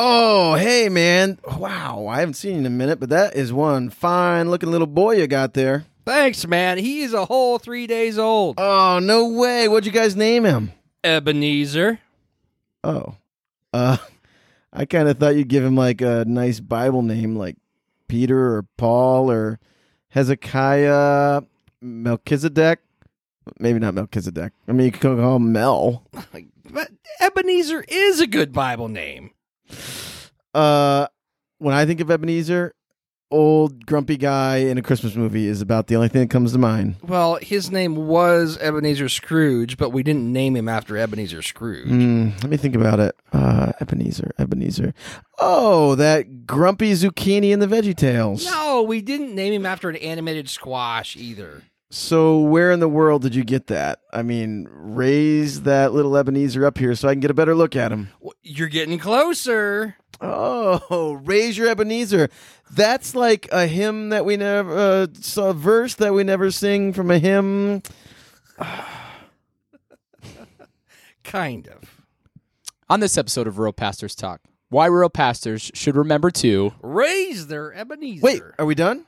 Oh, hey, man. Wow, I haven't seen you in a minute, but that is one fine looking little boy you got there. Thanks, man. He is a whole three days old. Oh, no way. What'd you guys name him? Ebenezer. Oh. Uh, I kind of thought you'd give him like a nice Bible name like Peter or Paul or Hezekiah, Melchizedek. Maybe not Melchizedek. I mean, you could call him Mel. But Ebenezer is a good Bible name. Uh, when I think of Ebenezer, old grumpy guy in a Christmas movie is about the only thing that comes to mind. Well, his name was Ebenezer Scrooge, but we didn't name him after Ebenezer Scrooge. Mm, let me think about it. Uh, Ebenezer, Ebenezer. Oh, that grumpy zucchini in the Veggie Tales. No, we didn't name him after an animated squash either. So where in the world did you get that? I mean, raise that little Ebenezer up here so I can get a better look at him. W- You're getting closer. Oh, raise your Ebenezer. That's like a hymn that we never uh, saw a verse that we never sing from a hymn. Kind of. On this episode of Rural Pastors Talk, why rural pastors should remember to Raise their Ebenezer. Wait, are we done?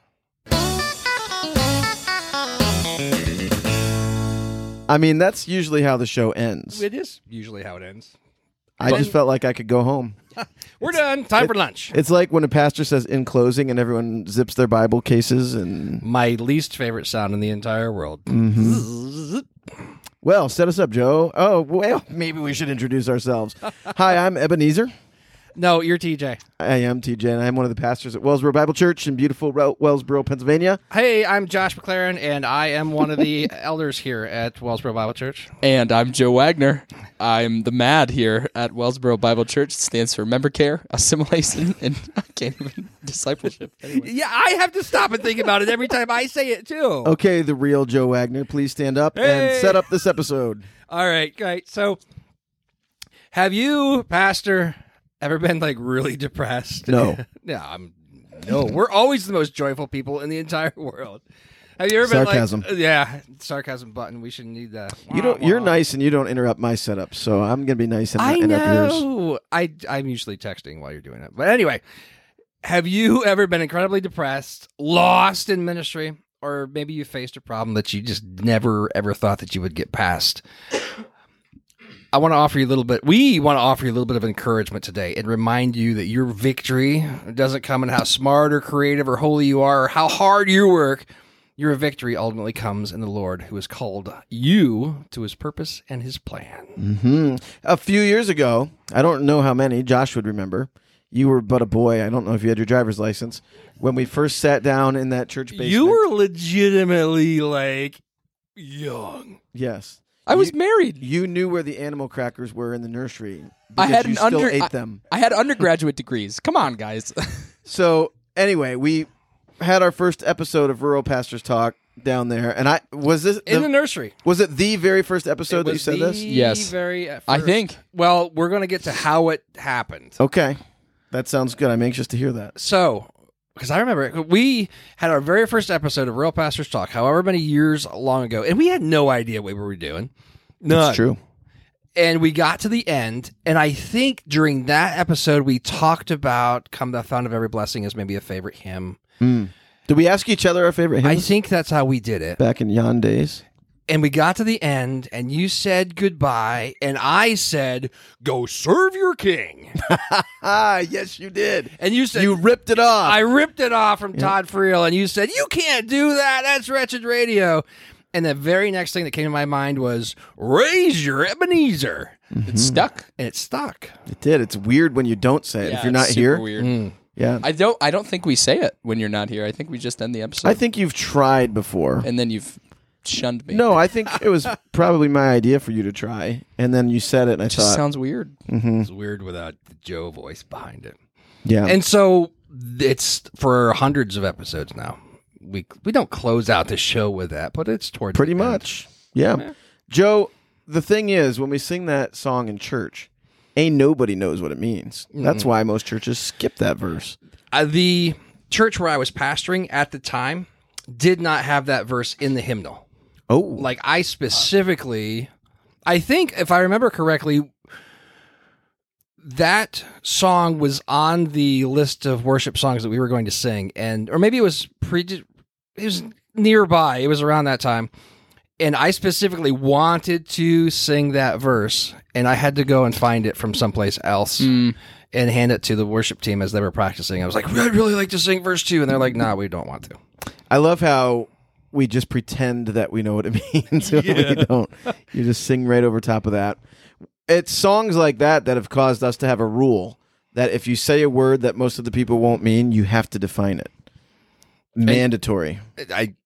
I mean, that's usually how the show ends. It is usually how it ends. I just felt like I could go home. We're done. Time for lunch. It's like when a pastor says in closing and everyone zips their Bible cases and My least favorite sound in the entire world. well, set us up, Joe. Oh, well, maybe we should introduce ourselves. Hi, I'm Ebenezer. No, you're TJ. I am TJ and I'm one of the pastors at Wellsboro Bible Church in beautiful Ro- Wellsboro, Pennsylvania. Hey, I'm Josh McLaren, and I am one of the elders here at Wellsboro Bible Church. And I'm Joe Wagner. I'm the mad here at Wellsboro Bible Church. It stands for Member Care, Assimilation, and I can't even discipleship. Anyway. Yeah, I have to stop and think about it every time I say it too. Okay, the real Joe Wagner, please stand up Hey. and set up this episode. All right, great. So, have you, Pastor, ever been like really depressed? No. no, I'm. No, we're always the most joyful people in the entire world. Have you ever Sarcasm. been like, yeah, sarcasm button? We should need that. You don't you're nice and you don't interrupt my setup, so I'm going to be nice and not I interrupt yours. know. I I'm usually texting while you're doing it. But anyway, have you ever been incredibly depressed, lost in ministry, or maybe you faced a problem that you just never ever thought that you would get past? I want to offer you a little bit. We want to offer you a little bit of encouragement today and remind you that your victory doesn't come in how smart or creative or holy you are or how hard you work. Your victory ultimately comes in the Lord who has called you to his purpose and his plan. hmm A few years ago, I don't know how many, Josh would remember. You were but a boy. I don't know if you had your driver's license. When we first sat down in that church basement. You were legitimately like young. Yes. I was You, married. you knew where the animal crackers were in the nursery. I because had you an still under. ate I- them. I had undergraduate degrees. Come on, guys. So, anyway, we had our first episode of Rural Pastors Talk down there. And I was this In the- the nursery. was it the very first episode It that you was said the this? Yes. Very at I first. think. Well, we're going to get to how it happened. Okay. That sounds good. I'm anxious to hear that. So, because I remember it, we had our very first episode of Real Pastors Talk, however many years long ago, and we had no idea what we were doing. No, It's true. and we got to the end and i think during that episode we talked about come the fount of every blessing is maybe a favorite hymn Did we ask each other our favorite i hymns think that's how we did it back in yon days? and we got to the end and you said goodbye and i said go serve your king Ah, yes, you did. and you said you ripped it off. i ripped it off from todd friel and you said you can't do that that's wretched radio and the very next thing that came to my mind was raise your ebenezer Mm-hmm. It stuck. and it stuck it did. It's weird when you don't say it. Yeah, if you're it's not super here, weird. yeah. I, Mm. I don't. I don't think we say it when you're not here. I think we just end the episode, think you've tried before. and then you've shunned me. No, I think it was probably my idea for you to try, and then you said it, and I it just thought, sounds weird. Hmm. it's weird without the joe voice behind it yeah, and so it's for hundreds of episodes now we, we don't close out the show with that, but it's towards pretty the end. much, yeah. Joe, the thing is, when we sing that song in church, ain't nobody knows what it means. That's why most churches skip that verse. uh, the church where I was pastoring at the time did not have that verse in the hymnal. Oh, Like I specifically, I think if I remember correctly, that song was on the list of worship songs that we were going to sing, and or maybe it was pre. It was nearby. It was around that time, and I specifically wanted to sing that verse, and I had to go and find it from someplace else Mm. and hand it to the worship team as they were practicing. I was like, I'd really like to sing verse two, and they're like, Nah, we don't want to. I love how we just pretend that we know what it means when we don't. You just sing right over top of that. It's songs like that that have caused us to have a rule that if you say a word that most of the people won't mean, you have to define it. Mandatory. I.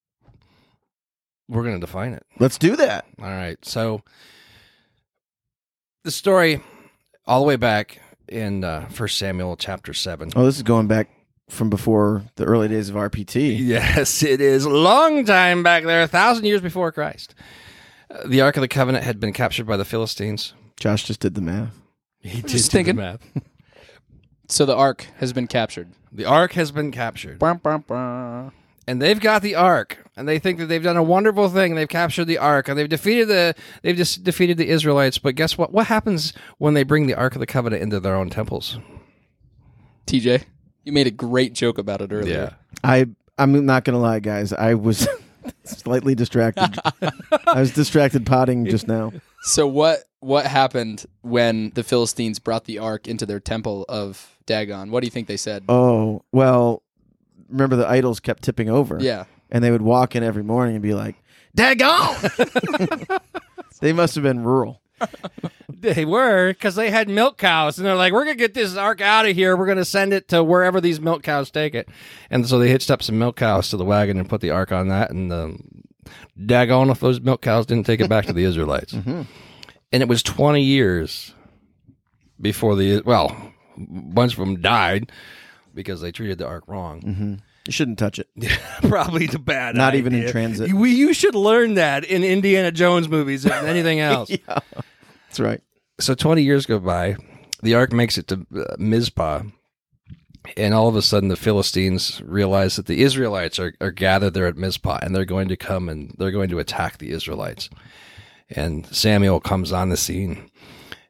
We're gonna define it. Let's do that. All right. So the story all the way back in uh, First Samuel chapter seven. Oh, this is going back from before the early days of RPT. Yes, it is a long time back there, a thousand years before Christ. Uh, the Ark of the Covenant had been captured by the Philistines. Josh just did the math. He did just thinking. the math. So the ark has been captured. The Ark has been captured, Bum, bum, bum. and they've got the Ark, and they think that they've done a wonderful thing. They've captured the Ark, and they've defeated the they've just defeated the Israelites. But guess what? What happens when they bring the Ark of the Covenant into their own temples? TJ, you made a great joke about it earlier. I I'm not gonna lie, guys. I was slightly distracted. I was distracted potting just now. So what what happened when the Philistines brought the ark into their temple of Dagon? What do you think they said? Oh well, remember the idols kept tipping over. Yeah. and they would walk in every morning and be like, "Daggone!" they must have been rural. They were because they had milk cows, and they're like, "We're gonna get this ark out of here. We're gonna send it to wherever these milk cows take it." And so they hitched up some milk cows to the wagon and put the ark on that. And um, daggone if those milk cows didn't take it back to the Israelites. Mm-hmm. And it was twenty years before the well, a bunch of them died because they treated the ark wrong. You shouldn't touch it. Probably the bad. Mm-hmm. Not even in idea. transit. You, you should learn that in Indiana Jones movies, if anything else. That's right. so 20 years go by the ark makes it to uh, mizpah and all of a sudden the philistines realize that the israelites are, are gathered there at mizpah and they're going to come and they're going to attack the israelites and samuel comes on the scene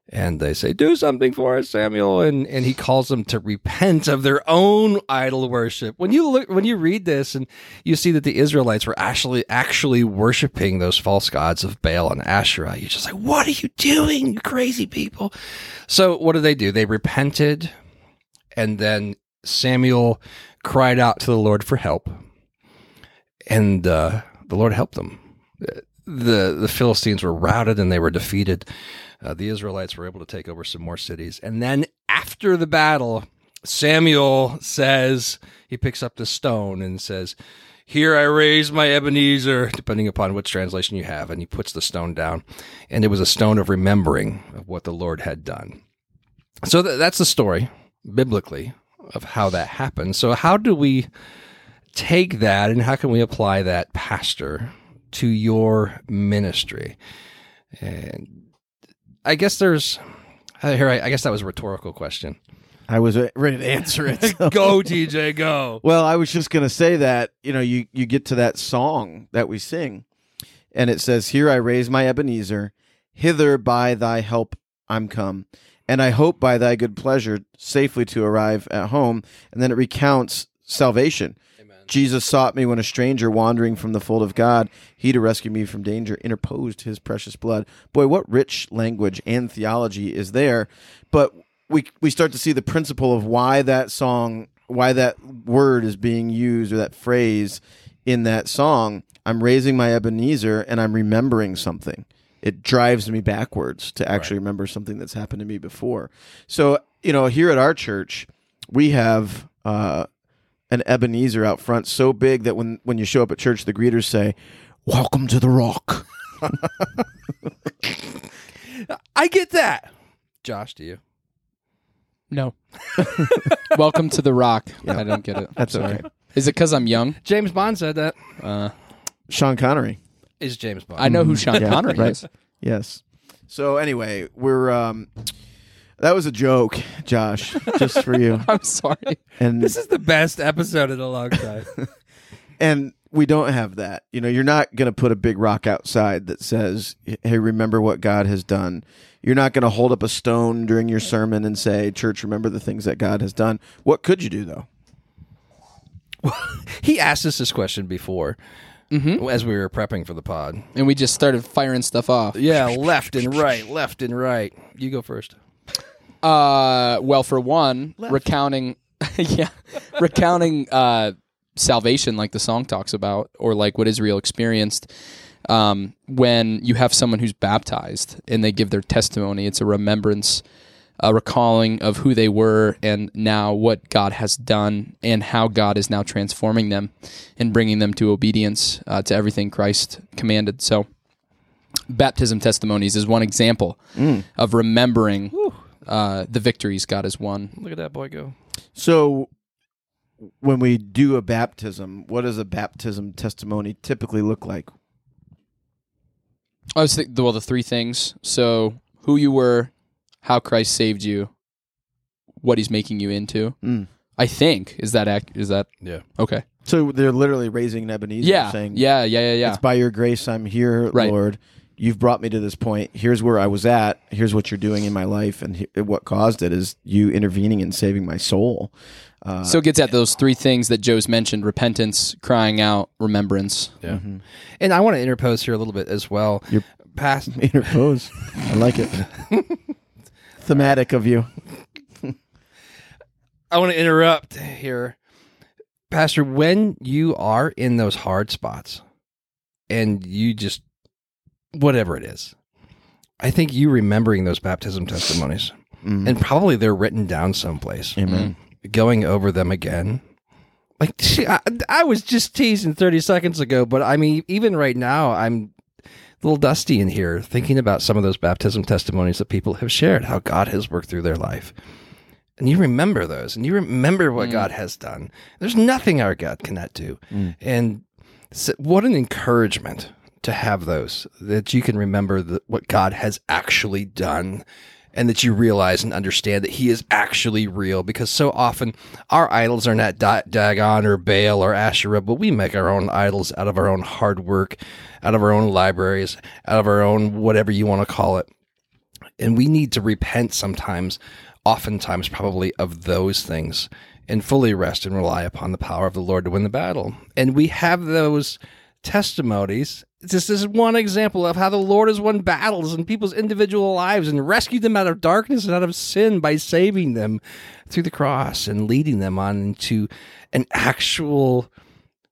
and they say do something for us samuel and, and he calls them to repent of their own idol worship when you look when you read this and you see that the israelites were actually actually worshiping those false gods of baal and asherah you're just like what are you doing you crazy people so what did they do they repented and then samuel cried out to the lord for help and uh, the lord helped them the the Philistines were routed and they were defeated. Uh, the Israelites were able to take over some more cities, and then after the battle, Samuel says he picks up the stone and says, "Here I raise my Ebenezer," depending upon which translation you have, and he puts the stone down, and it was a stone of remembering of what the Lord had done. So th- that's the story biblically of how that happened. So how do we take that and how can we apply that pastor to your ministry and i guess there's uh, here I, I guess that was a rhetorical question I was uh, ready to answer it. so- go tj go Well, I was just going to say that, you know, you, you get to that song that we sing, and it says, Here I raise my Ebenezer, hither by thy help I'm come, and I hope by thy good pleasure safely to arrive at home. And then it recounts salvation. Jesus sought me when a stranger wandering from the fold of God, he to rescue me from danger interposed his precious blood. Boy, what rich language and theology is there. But we we start to see the principle of why that song, why that word is being used or that phrase in that song. I'm raising my Ebenezer and I'm remembering something. It drives me backwards to actually remember something that's happened to me before. So, you know, here at our church, we have uh an Ebenezer out front so big that when when you show up at church, the greeters say, "Welcome to the Rock." i get that josh do you No. Welcome to the rock. I don't get it. That's Sorry. okay. Is it because I'm young? james bond said that Uh, Sean Connery. is james bond I know who Sean Mm, Yeah, Connery right. is. Yes. So anyway, we're um, that was a joke, Josh, just for you. I'm sorry. And this is the best episode in a long time and we don't have that. You know, you're not going to put a big rock outside that says, "Hey, remember what God has done." You're not going to hold up a stone during your sermon and say, "Church, remember the things that God has done." What could you do though? he asked us this question before as we were prepping for the pod. and we just started firing stuff off. Yeah, left and right, left and right. You go first. Uh, well, for one, recounting, yeah, recounting uh, salvation, like the song talks about, or like what Israel experienced. Um, when you have someone who's baptized and they give their testimony, it's a remembrance, a recalling of who they were and now what God has done and how God is now transforming them and bringing them to obedience uh, to everything Christ commanded. So, baptism testimonies is one example Mm. of remembering uh, the victories God has won. Look at that boy go. So when we do a baptism, what does a baptism testimony typically look like? I was think, well, the three things. So, who you were, how Christ saved you, what He's making you into. Mm. I think is that ac- is that Yeah. okay? So they're literally raising an Ebenezer Yeah, saying, yeah, yeah, yeah, yeah. It's by your grace I'm here, Right. Lord. You've brought me to this point. Here's where I was at. Here's what you're doing in my life, and he- what caused it is you intervening and saving my soul. Uh, so it gets at those three things that Joe's mentioned: repentance, crying out, remembrance. Yeah. Mm-hmm. And I want to interpose here a little bit as well. You're- past Interpose. I like it. Thematic of you. I want to interrupt here. Pastor, when you are in those hard spots and you just, whatever it is, I think you remembering those baptism testimonies, Mm. and probably they're written down someplace, Amen. going over them again. Like, see, I, I was just teasing 30 seconds ago, but I mean, even right now, I'm a little dusty in here thinking about some of those baptism testimonies that people have shared, how God has worked through their life. And you remember those and you remember what God has done. There's nothing our God cannot do. And so what an encouragement to have those that you can remember the, what God has actually done and that you realize and understand that He is actually real because so often our idols are not da- Dagon or Baal or Asherah, but we make our own idols out of our own hard work, out of our own libraries, out of our own whatever you want to call it and we need to repent sometimes oftentimes probably of those things and fully rest and rely upon the power of the lord to win the battle and we have those testimonies this is one example of how the lord has won battles in people's individual lives and rescued them out of darkness and out of sin by saving them through the cross and leading them on into an actual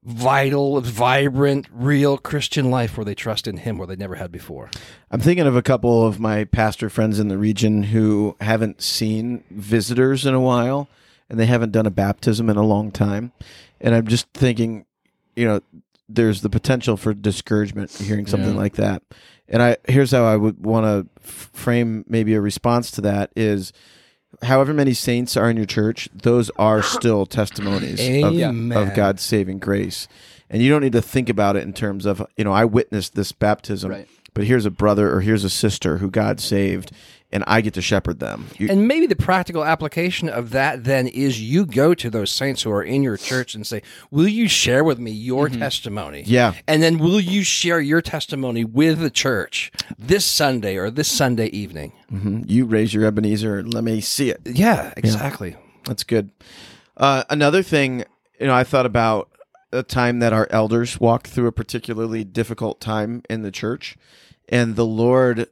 vital vibrant real christian life where they trust in him where they never had before I'm thinking of a couple of my pastor friends in the region who haven't seen visitors in a while and they haven't done a baptism in a long time. And I'm just thinking, you know, there's the potential for discouragement hearing something Yeah. like that. And I here's how I would want to f- frame maybe a response to that is however many saints are in your church, those are still testimonies of, Amen. of God's saving grace. And you don't need to think about it in terms of, you know, I witnessed this baptism Right. but here's a brother or here's a sister who God saved, and I get to shepherd them. You- And maybe the practical application of that then is you go to those saints who are in your church and say, Will you share with me your testimony? Mm-hmm. Yeah. And then will you share your testimony with the church this Sunday or this Sunday evening? mm-hmm. you raise your Ebenezer, and let me see it. Yeah, exactly. That's good. Uh, another thing, you know, I thought about a time that our elders walked through a particularly difficult time in the church, and the Lord,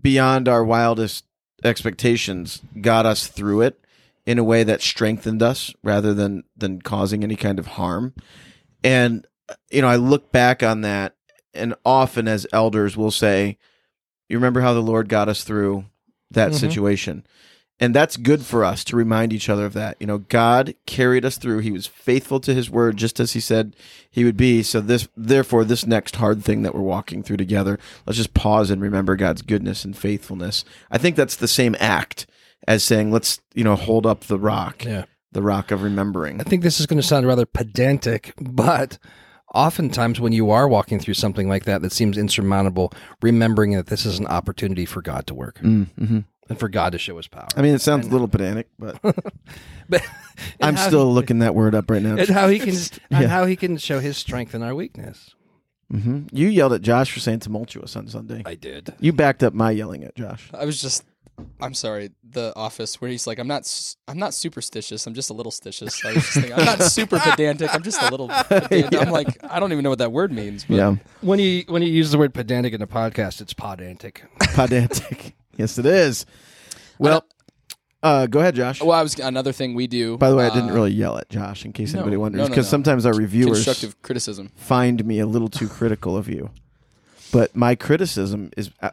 beyond our wildest expectations, got us through it in a way that strengthened us rather than than causing any kind of harm. And you know, I look back on that, and often as elders, we'll say, "You remember how the Lord got us through that Mhm. situation." And that's good for us to remind each other of that. You know, God carried us through. He was faithful to his word just as he said he would be. So this therefore this next hard thing that we're walking through together, let's just pause and remember God's goodness and faithfulness. I think that's the same act as saying let's, you know, hold up the rock, Yeah. the rock of remembering. I think this is going to sound rather pedantic, but oftentimes when you are walking through something like that that seems insurmountable, remembering that this is an opportunity for God to work. Mm, mhm. and for God to show his power. I mean, it sounds a little pedantic, but but I'm and how- still looking that word up right now. and how he can Yeah. and how he can show his strength in our weakness. hmm You yelled at Josh for saying tumultuous on Sunday. I did. You backed up my yelling at Josh. I was just, I'm sorry, the office where he's like, I'm not, s- I'm not superstitious. I'm just a little stitious. I was just thinking, I'm not super pedantic. I'm just a little. Pedantic. I'm like, I don't even know what that word means. But Yeah, When you when you use the word pedantic in the podcast, it's podantic. pedantic. yes, it is. Well, uh, go ahead, Josh. Well, I was another thing we do. By the way, I uh, didn't really yell at Josh, in case no, anybody wonders, no, because no, no. sometimes our reviewers constructive criticism. find me a little too critical of you. But my criticism is, uh,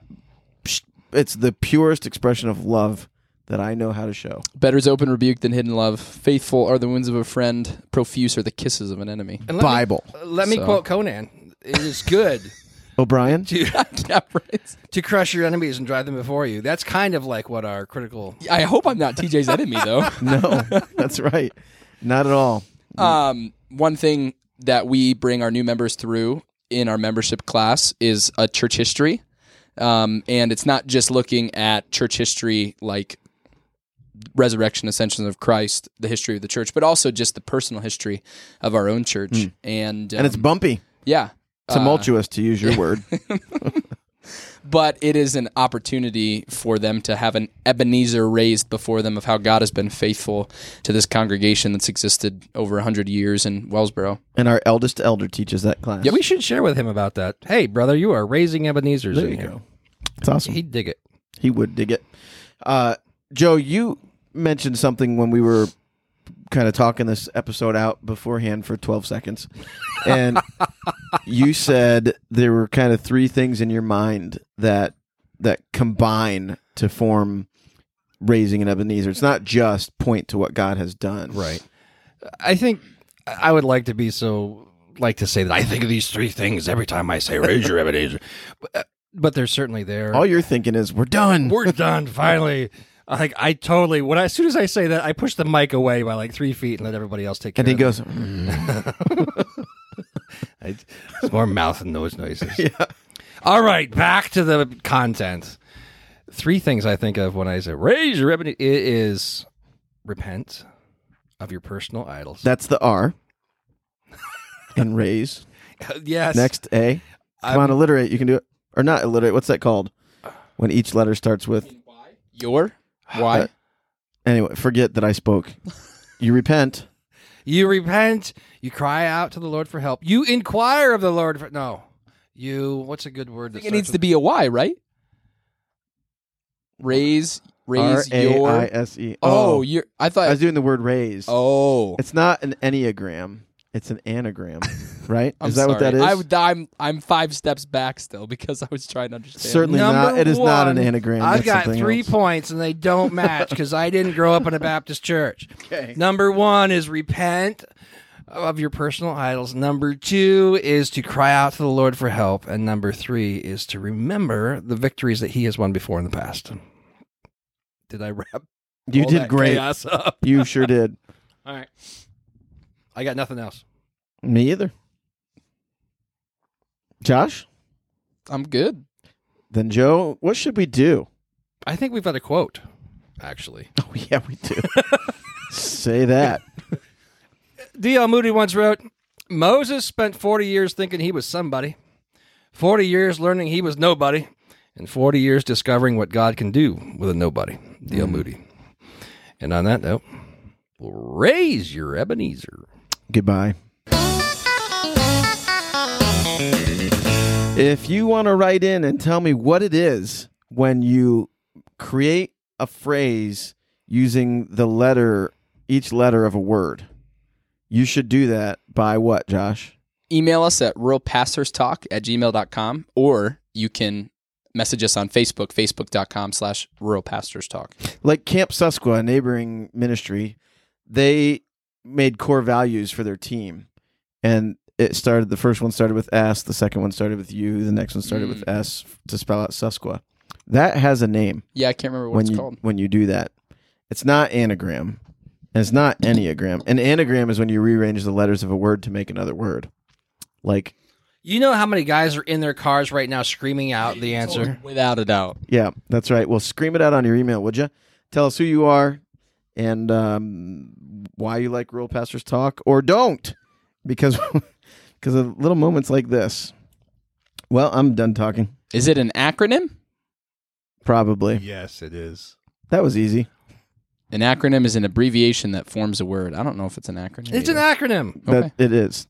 psh, it's the purest expression of love that I know how to show. Better's open rebuke than hidden love. Faithful are the wounds of a friend. Profuse are the kisses of an enemy. And let me- Bible, let me So- quote Conan. It is good O'Brien. to yeah, right. to crush your enemies and drive them before you. That's kind of like what our critical I hope I'm not TJ's enemy though. No, that's right. Not at all. Um, one thing that we bring our new members through in our membership class is a church history, um, and it's not just looking at church history like resurrection, ascension of Christ, the history of the church, but also just the personal history of our own church. And And it's um, bumpy, yeah, uh, tumultuous, to use your word. but it is an opportunity for them to have an Ebenezer raised before them of how God has been faithful to this congregation that's existed over 100 years in Wellsboro. And our eldest elder teaches that class. We should share with him about that. Hey, brother, you are raising Ebenezer's There in you here. go. It's awesome. He'd dig it. He would dig it. Uh, Joe, you mentioned something when we were kind of talking this episode out beforehand for 12 seconds. And you said there were kind of three things in your mind that that combine to form raising an Ebenezer. It's not just point to what God has done. Right. I think I would like to be so like to say that I think of these three things every time I say raise your Ebenezer, but, uh, but they're certainly there. All you're thinking is we're done. We're done finally. I Like I totally when I, as soon as I say that I push the mic away by like three feet and let everybody else take care. and he of goes, "Mm, it. it's more mouth and nose noises. All right, back to the content. Three things I think of when I say raise your Ebenezer it is repent of your personal idols. that's the R. and raise. yes. Next A. Come on, alliterate. You can do it. Or not alliterate. What's that called? When each letter starts with. Your? Why? Anyway, forget that I spoke. You repent. You repent. You cry out to the Lord for help. You inquire of the Lord for no. You what's a good word? I That think it needs to be a Y, right? Raise, R raise A your. I S E. oh, your. I I thought. was doing the word raise. oh, It's not an enneagram. It's an anagram, right? I'm is that sorry. what that is? I, would- I'm I'm five steps back still because I was trying to understand. Certainly not. It is not an anagram. That's I've got something three else. points and they don't match because I didn't grow up in a Baptist church. Number one is repent of your personal idols. Number two is to cry out to the Lord for help. And number three is to remember the victories that He has won before in the past. Did I wrap You all did that great. chaos up? You sure did. All right. I got nothing else. Me either. Josh? I'm good. Then Joe, what should we do? I think we've got a quote, actually. Oh yeah, we do. Say that. D.L. Moody once wrote Moses spent 40 years thinking he was somebody, 40 years learning he was nobody, and 40 years discovering what God can do with a nobody. D.L. Moody. And on that note, raise your Ebenezer. Goodbye. If you want to write in and tell me what it is when you create a phrase using the letter, each letter of a word, you should do that by what, Josh? Email us at ruralpastorstalk at gmail.com or you can message us on Facebook, facebook.com slash ruralpastorstalk. Like Camp Susqua, a neighboring ministry, they made core values for their team. And it started, the first one started with S, the second one started with U, the next one started with S to spell out Susqua. That has a name. Yeah, I can't remember what when it's you called. when you do that. It's not anagram. And it's not enneagram. An anagram is when you rearrange the letters of a word to make another word. Like You know how many guys are in their cars right now screaming out the answer? Without a doubt. Yeah, that's right. Well, scream it out on your email, would you? Tell us who you are and um, why you like Rural Pastors Talk or don't, because because of little moments like this. Well, I'm done talking. Is it an acronym? Probably Yes, it is. that was easy. An acronym is an abbreviation that forms a word. I don't know if it's an acronym. It's an either. acronym. Okay. That it is.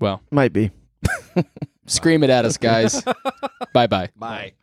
Well, Might be. scream it at us, guys. bye bye. Bye.